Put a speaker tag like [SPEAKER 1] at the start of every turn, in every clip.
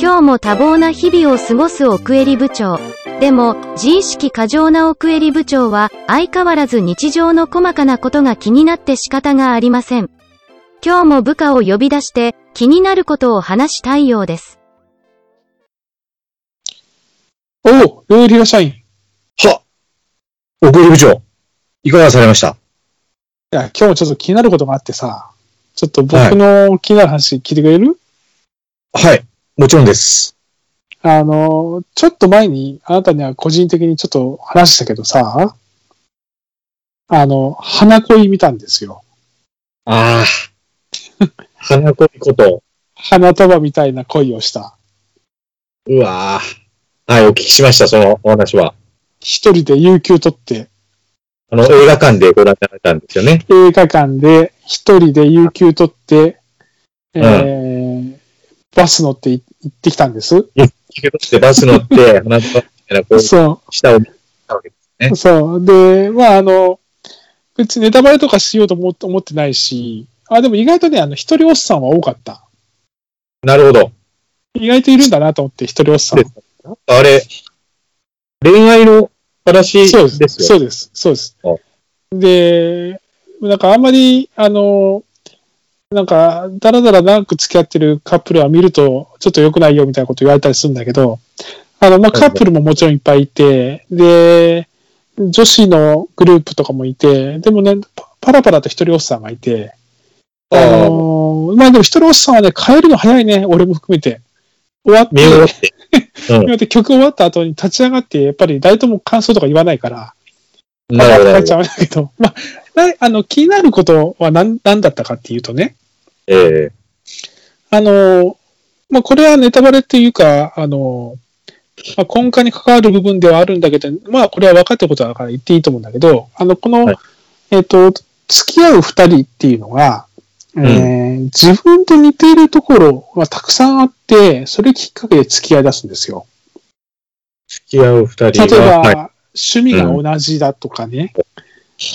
[SPEAKER 1] 今日も多忙な日々を過ごす奥襟部長。でも、自意識過剰な奥襟部長は、相変わらず日常の細かなことが気になって仕方がありません。今日も部下を呼び出して、気になることを話したいようです。
[SPEAKER 2] おお、料理が社員。い
[SPEAKER 3] は奥入部長、いかがされました
[SPEAKER 2] や、今日ちょっと気になることがあってさ、ちょっと僕の気になる話聞いてくれる、
[SPEAKER 3] はい、もちろんです。
[SPEAKER 2] あの、ちょっと前に、あなたには個人的にちょっと話したけどさ、あの、花恋見たんですよ。
[SPEAKER 3] ああ。 花恋こと。
[SPEAKER 2] 花束みたいな恋をした。
[SPEAKER 3] うわあ。はい、お聞きしました、そのお話は。
[SPEAKER 2] 一人で有給取って、
[SPEAKER 3] あの、映画館でご覧になられたんですよね。
[SPEAKER 2] 映画館で一人で有給取って、えーバス乗ってい行ってきたんです。
[SPEAKER 3] 聞け取ってバス乗 って、花束みたいな、こう、
[SPEAKER 2] そう。
[SPEAKER 3] 下を見たわけです。ね
[SPEAKER 2] そう。で、まあ、あの、別にネタバレとかしようと思って思ってないし、あ、でも意外とね、あの、一人おっさんは多かった。
[SPEAKER 3] なるほど。
[SPEAKER 2] 意外といるんだなと思って、一人おっさん。
[SPEAKER 3] であれ、恋愛の話です
[SPEAKER 2] そう
[SPEAKER 3] よ
[SPEAKER 2] です。そうです。そうです。で、なんかあんまり、あの、なんか、だらだら長く付き合ってるカップルは見ると、ちょっと良くないよみたいなこと言われたりするんだけど、あの、まあ、カップルももちろんいっぱいいて、で、女子のグループとかもいて、でもね、パパラパラと一人おっさんがいて、あ
[SPEAKER 3] ああ、
[SPEAKER 2] のーまあでも一人おっさんはね、帰るの早いね、俺も含めて。終わって、
[SPEAKER 3] 見終わって。う
[SPEAKER 2] だって曲終わった後に立ち上がって、やっぱり誰とも感想とか言わないから、
[SPEAKER 3] ん。なるほど。
[SPEAKER 2] 帰っ
[SPEAKER 3] なるほ
[SPEAKER 2] ち
[SPEAKER 3] ど
[SPEAKER 2] ゃうんだけど、まあ、な あの、気になることは何何だったかっていうとね、
[SPEAKER 3] ええ
[SPEAKER 2] あのーまあこれはネタバレっていうか、あのーまあ、根幹に関わる部分ではあるんだけど、まあこれは分かったことだから言っていいと思うんだけど、あの、この、
[SPEAKER 3] はい
[SPEAKER 2] えっ、と、付き合う二人っていうのが、えー自分と似ているところがたくさんあって、それきっかけで付き合い出すんですよ。
[SPEAKER 3] 付き合う二人
[SPEAKER 2] 例え
[SPEAKER 3] が。
[SPEAKER 2] ば、
[SPEAKER 3] はい
[SPEAKER 2] 趣味が同じだとかね、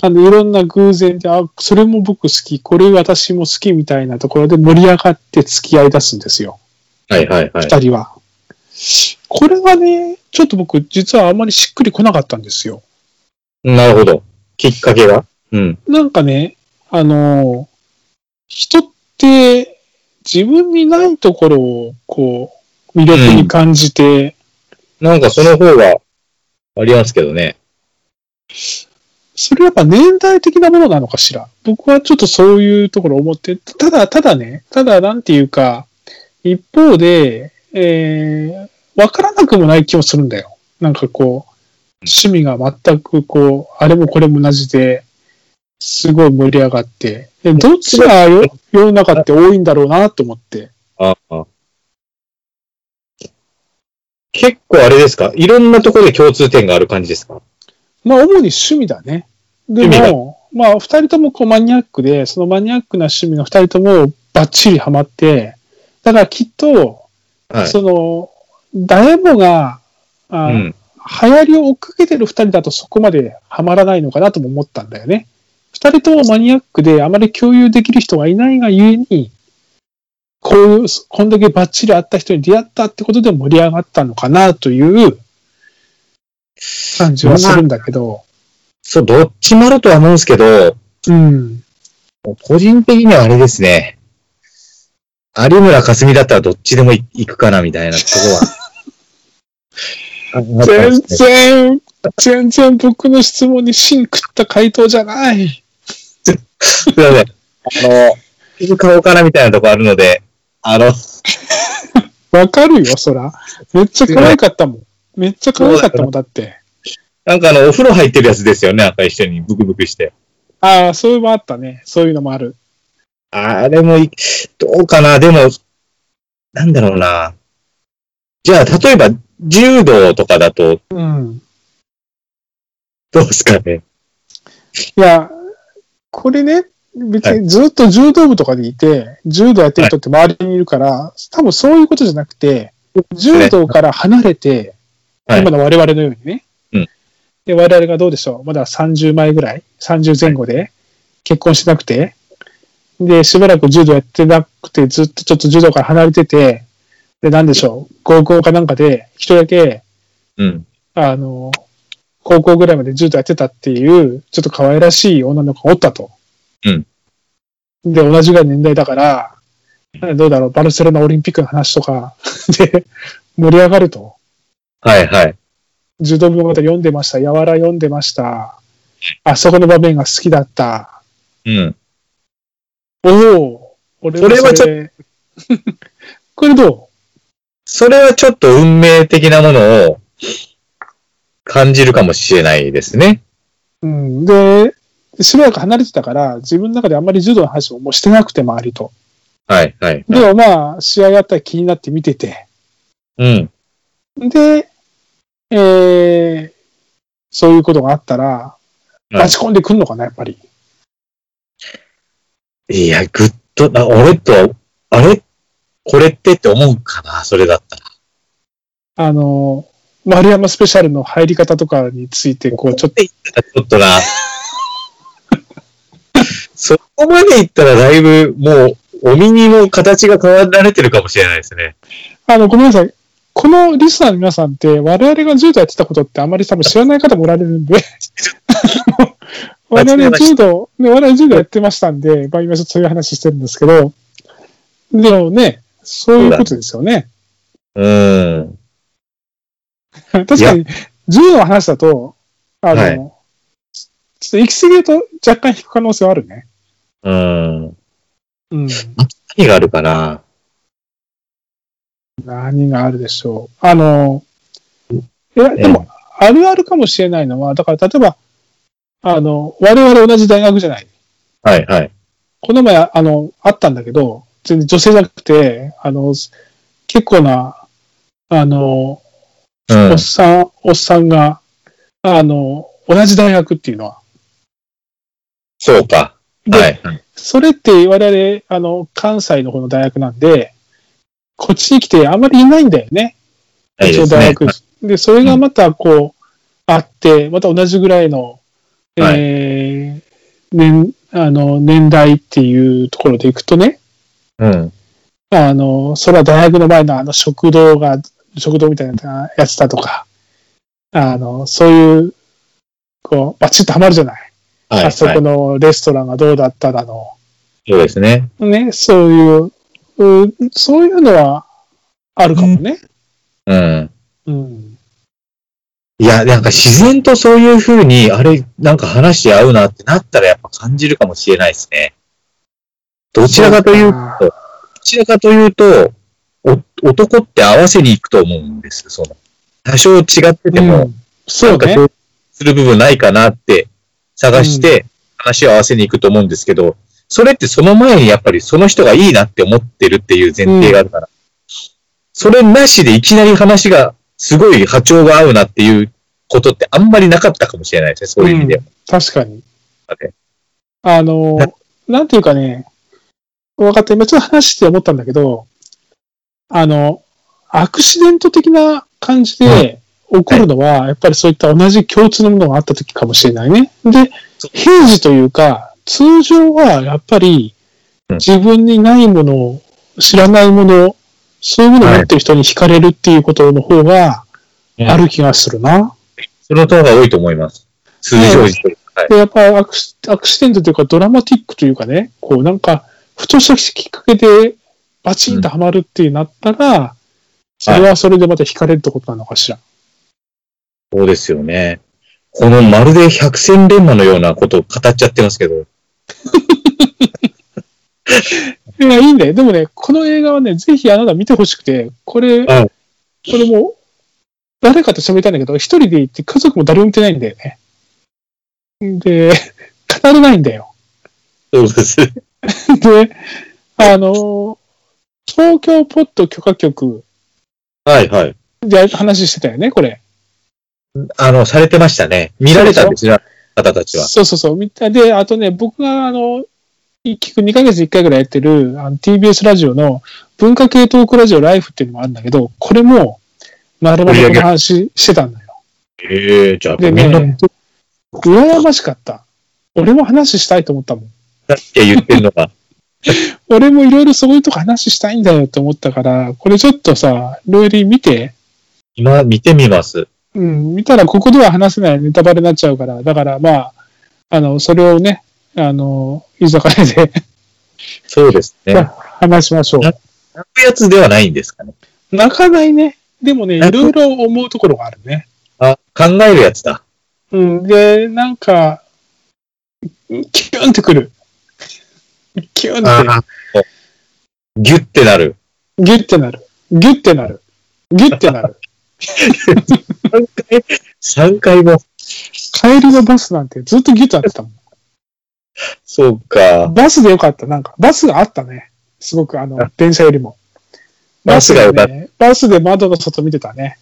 [SPEAKER 2] あのいろんな偶然で、あ、それも僕好き、これ私も好きみたいなところで盛り上がって付き合い出すんですよ、
[SPEAKER 3] はいはいはい。
[SPEAKER 2] 二人は。これがね、ちょっと僕、実はあんまりしっくりこなかったんですよ。
[SPEAKER 3] なるほど。きっかけが。うん。
[SPEAKER 2] なんかね、あの、人って自分にないところを、こう、魅力に感じて、
[SPEAKER 3] なんかその方がありますけどね。
[SPEAKER 2] それやっぱ年代的なものなのかしら。僕はちょっとそういうところ思って、ただ、ただね、ただなんていうか、一方で、えー、わからなくもない気もするんだよ。なんかこう、趣味が全くこう、あれもこれも同じで、すごい盛り上がって、でどっちがよ世の中って多いんだろうなと思って。
[SPEAKER 3] ああ結構あれですかいろんなところで共通点がある感じですか
[SPEAKER 2] まあ、主に趣味だね。で
[SPEAKER 3] 趣味
[SPEAKER 2] も、まあ、二人ともこうマニアックで、そのマニアックな趣味が二人ともバッチリハマって、だからきっと、
[SPEAKER 3] はい。
[SPEAKER 2] その、誰もが、あ
[SPEAKER 3] うん。
[SPEAKER 2] 流行りを追っかけてる二人だとそこまでハマらないのかなとも思ったんだよね。二人ともマニアックであまり共有できる人がいないがゆえに、こういう、こんだけバッチリ会った人に出会ったってことで盛り上がったのかなという感じはするんだけど。
[SPEAKER 3] そう、どっちもあるとは思うんですけど、
[SPEAKER 2] うん。
[SPEAKER 3] 個人的にはあれですね。有村架純だったらどっちでもい行くかなみたいなとこ ろは。
[SPEAKER 2] 全然、全然僕の質問に芯食った回答じゃない。
[SPEAKER 3] すいません。あの、いる顔かなみたいなとこあるので、あの、
[SPEAKER 2] わかるよ、そら。めっちゃ可愛かったもん。めっちゃ可愛かったもん、だって。
[SPEAKER 3] なんかあの、お風呂入ってるやつですよね、赤い人にブクブクして。
[SPEAKER 2] ああ、そういうのもあったね。そういうのもある。
[SPEAKER 3] あれもい、どうかな、でも、なんだろうな。じゃあ、例えば、柔道とかだと、
[SPEAKER 2] うん。
[SPEAKER 3] どうですかね。
[SPEAKER 2] いや、これね、別にずっと柔道部とかでいて、柔道やってる人って周りにいるから、多分そういうことじゃなくて、柔道から離れて、
[SPEAKER 3] はい
[SPEAKER 2] 今の我々のようにね、
[SPEAKER 3] うん
[SPEAKER 2] で、我々がどうでしょう、まだ30前ぐらい、30前後で結婚しなくて、で、しばらく柔道やってなくて、ずっとちょっと柔道から離れてて、で、なんでしょう、高校かなんかで、一人だけ、
[SPEAKER 3] うん。
[SPEAKER 2] あの、高校ぐらいまで柔道やってたっていう、ちょっと可愛らしい女の子がおったと。
[SPEAKER 3] うん
[SPEAKER 2] で、同じぐらいの年代だから、どうだろう、バルセロナオリンピックの話とか、 で、盛り上がると。
[SPEAKER 3] はいはい。
[SPEAKER 2] 柔道部の方読んでました。柔ら読んでました。あそこの場面が好きだった。
[SPEAKER 3] うん。
[SPEAKER 2] おお俺も
[SPEAKER 3] それはち
[SPEAKER 2] れ これど
[SPEAKER 3] それはちょっと運命的なものを感じるかもしれないですね。
[SPEAKER 2] ううん。で、しばらく離れてたから、自分の中であんまり柔道の話をもうしてなくて、周りと。
[SPEAKER 3] はいはい。
[SPEAKER 2] でもまあ、試合やったら気になって見てて。
[SPEAKER 3] うん。
[SPEAKER 2] で、えー、そういうことがあったら、
[SPEAKER 3] い
[SPEAKER 2] 立ち込んでくんのかな、やっぱり。
[SPEAKER 3] いや、ぐっと、あ俺と、あれこれってって思うかなそれだったら。
[SPEAKER 2] あの、丸山スペシャルの入り方とかについて、こう、ちょっと、
[SPEAKER 3] と。ちょっとな。そこまでいったらだいぶ、もう、お耳の形が変わられてるかもしれないですね。
[SPEAKER 2] あの、ごめんなさい。このリスナーの皆さんって、我々が柔道やってたことってあまり多分知らない方もおられるんで、あの我々柔道、ね、我々柔道やってましたんで、まあ今ちょっとそういう話してるんですけど、でもね、そういうことですよね。
[SPEAKER 3] うん。
[SPEAKER 2] 確かに、柔道の話だと、あの、
[SPEAKER 3] はい
[SPEAKER 2] ちちょっと行き過ぎると若干引く可能性はあるね。
[SPEAKER 3] うん。
[SPEAKER 2] うん。
[SPEAKER 3] 何があるかな
[SPEAKER 2] 何があるでしょう。あの、いや、でも、あるあるかもしれないのは、だから例えば、あの、我々同じ大学じゃない。
[SPEAKER 3] はいはい。
[SPEAKER 2] この前、あの、あったんだけど、全然女性じゃなくて、あの、結構な、あの、
[SPEAKER 3] うん
[SPEAKER 2] おっ。さん、おっさんが、あの、同じ大学っていうのは。
[SPEAKER 3] そうか。
[SPEAKER 2] で
[SPEAKER 3] はい。
[SPEAKER 2] それって我々、あの、関西の方の大学なんで、こっちに来てあんまりいないんだよね。
[SPEAKER 3] はい
[SPEAKER 2] 一応
[SPEAKER 3] ですね
[SPEAKER 2] 大学。で、それがまたこう、あって、また同じぐらいの、
[SPEAKER 3] はい
[SPEAKER 2] えー、年、あの、年代っていうところでいくとね、
[SPEAKER 3] うん。
[SPEAKER 2] あの、それは大学の前のあの食堂が、食堂みたいなやつだとか、あの、そういう、こう、バチッとハマるじゃない。
[SPEAKER 3] はい。
[SPEAKER 2] あそこ
[SPEAKER 3] はい
[SPEAKER 2] のレストランがどうだっただの、
[SPEAKER 3] そうですね。
[SPEAKER 2] ね、そういう、うんそういうのはあるかもね。
[SPEAKER 3] うん。
[SPEAKER 2] うん。
[SPEAKER 3] いや、なんか自然とそういうふうに、あれ、なんか話し合うなってなったらやっぱ感じるかもしれないですね。どちらかという、ど
[SPEAKER 2] か
[SPEAKER 3] ちらかというと、お男って合わせに行くと思うんです。その、多少違ってても、
[SPEAKER 2] うんそう
[SPEAKER 3] なんか
[SPEAKER 2] ね。
[SPEAKER 3] 共通する部分ないかなって探して、話を合わせに行くと思うんですけど、それってその前にやっぱりその人がいいなって思ってるっていう前提があるから、それなしでいきなり話がすごい波長が合うなっていうことってあんまりなかったかもしれないですね、そういう意味では。
[SPEAKER 2] 確かに
[SPEAKER 3] ね。
[SPEAKER 2] あの
[SPEAKER 3] な、
[SPEAKER 2] なんていうかね、分かった。今ちょっと話して思ったんだけど、あの、アクシデント的な感じで起こるのは、やっぱりそういった同じ共通のものがあった時かもしれないね。で
[SPEAKER 3] そ、
[SPEAKER 2] 平時というか、通常はやっぱり
[SPEAKER 3] うん
[SPEAKER 2] 自分にないものを、知らないもの、そういうものを持ってる人に惹かれるっていうことの方が
[SPEAKER 3] うん
[SPEAKER 2] ある気がするな。
[SPEAKER 3] その方が多いと思います。通常時というか。はい
[SPEAKER 2] で、やっぱアクシアクシデントというかドラマティックというかね、こうなんか、ふとしたきっかけでバチンとハマるってなったら、それはそれでまた惹かれるってことなのかしら。
[SPEAKER 3] そうですよね。このまるで百戦錬磨のようなことを語っちゃってますけど、
[SPEAKER 2] い、や、いいんだよ。でもね、この映画はね、ぜひあなた見てほしくて、これ、
[SPEAKER 3] はい
[SPEAKER 2] これも、誰かと喋りたいんだけど、一人で行って家族も誰も見てないんだよね。で、語れないんだよ。
[SPEAKER 3] そうですね。
[SPEAKER 2] で、あの、東京ポッド許可局
[SPEAKER 3] はいはい。
[SPEAKER 2] で話してたよね、これ。
[SPEAKER 3] あの、されてましたね。見られたんですよ、方たちは。
[SPEAKER 2] そうそうそう。みたいで、あとね、僕が、あの、聞く2ヶ月1回ぐらいやってる、あの TBS ラジオの、文化系トークラジオライフっていうのもあるんだけど、これも、丸々この話してたんだよ。
[SPEAKER 3] ええじゃあ、
[SPEAKER 2] で
[SPEAKER 3] みんな、
[SPEAKER 2] ね、羨ましかった。俺も話したいと思ったもん。
[SPEAKER 3] って言ってるの が、
[SPEAKER 2] 俺もいろいろそういうとこ話したいんだよって思ったから、これちょっとさ、ロイリー見て、
[SPEAKER 3] 今見てみます。
[SPEAKER 2] うん、見たらここでは話せないネタバレになっちゃうから、だからまあ、あの、それをね、あの、居酒屋で
[SPEAKER 3] そうですね。
[SPEAKER 2] まあ 話しましょう。
[SPEAKER 3] 泣くやつではないんですかね。
[SPEAKER 2] 泣かないね。で もね、い
[SPEAKER 3] 泣く
[SPEAKER 2] ろいろ思うところがあるね。
[SPEAKER 3] あ、考えるやつだ。
[SPEAKER 2] うん、で、なんか、キュンってくる。キュンって、
[SPEAKER 3] ああ。ギュッてなる。
[SPEAKER 2] ギュッてなる。ギュッてなる。ギュッてな る。
[SPEAKER 3] 3回、三回も。
[SPEAKER 2] カエルのバスなんてずっとギュッとなってたもん。
[SPEAKER 3] そうか。
[SPEAKER 2] バスでよかった。なんか、バスがあったね。すごく、あの
[SPEAKER 3] あ、
[SPEAKER 2] 電車よりも。
[SPEAKER 3] バスが
[SPEAKER 2] よ
[SPEAKER 3] 良か
[SPEAKER 2] か
[SPEAKER 3] っ
[SPEAKER 2] った。バスで窓の外見てたね。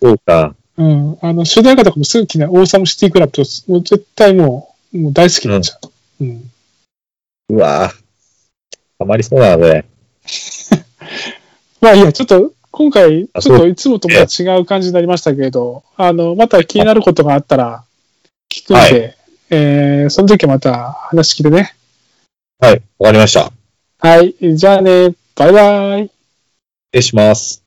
[SPEAKER 3] そうか。
[SPEAKER 2] うん。あの、主題歌とかもすぐきない。オーサムシティクラブと、もう絶対もう、もう大好きになっちゃう。うん。
[SPEAKER 3] うわぁ。ハマりそうだな、これ。
[SPEAKER 2] まあいいや、ちょっと、今回、
[SPEAKER 3] あ
[SPEAKER 2] ちょっ
[SPEAKER 3] そ
[SPEAKER 2] といつもとまた違う感じになりましたけれど、あの、また気になることがあったら、聞くんで、
[SPEAKER 3] は
[SPEAKER 2] えー、その時はまた話聞いてね。
[SPEAKER 3] はい、わかりました。
[SPEAKER 2] はい。じゃあね、バイバイ。
[SPEAKER 3] 失礼します。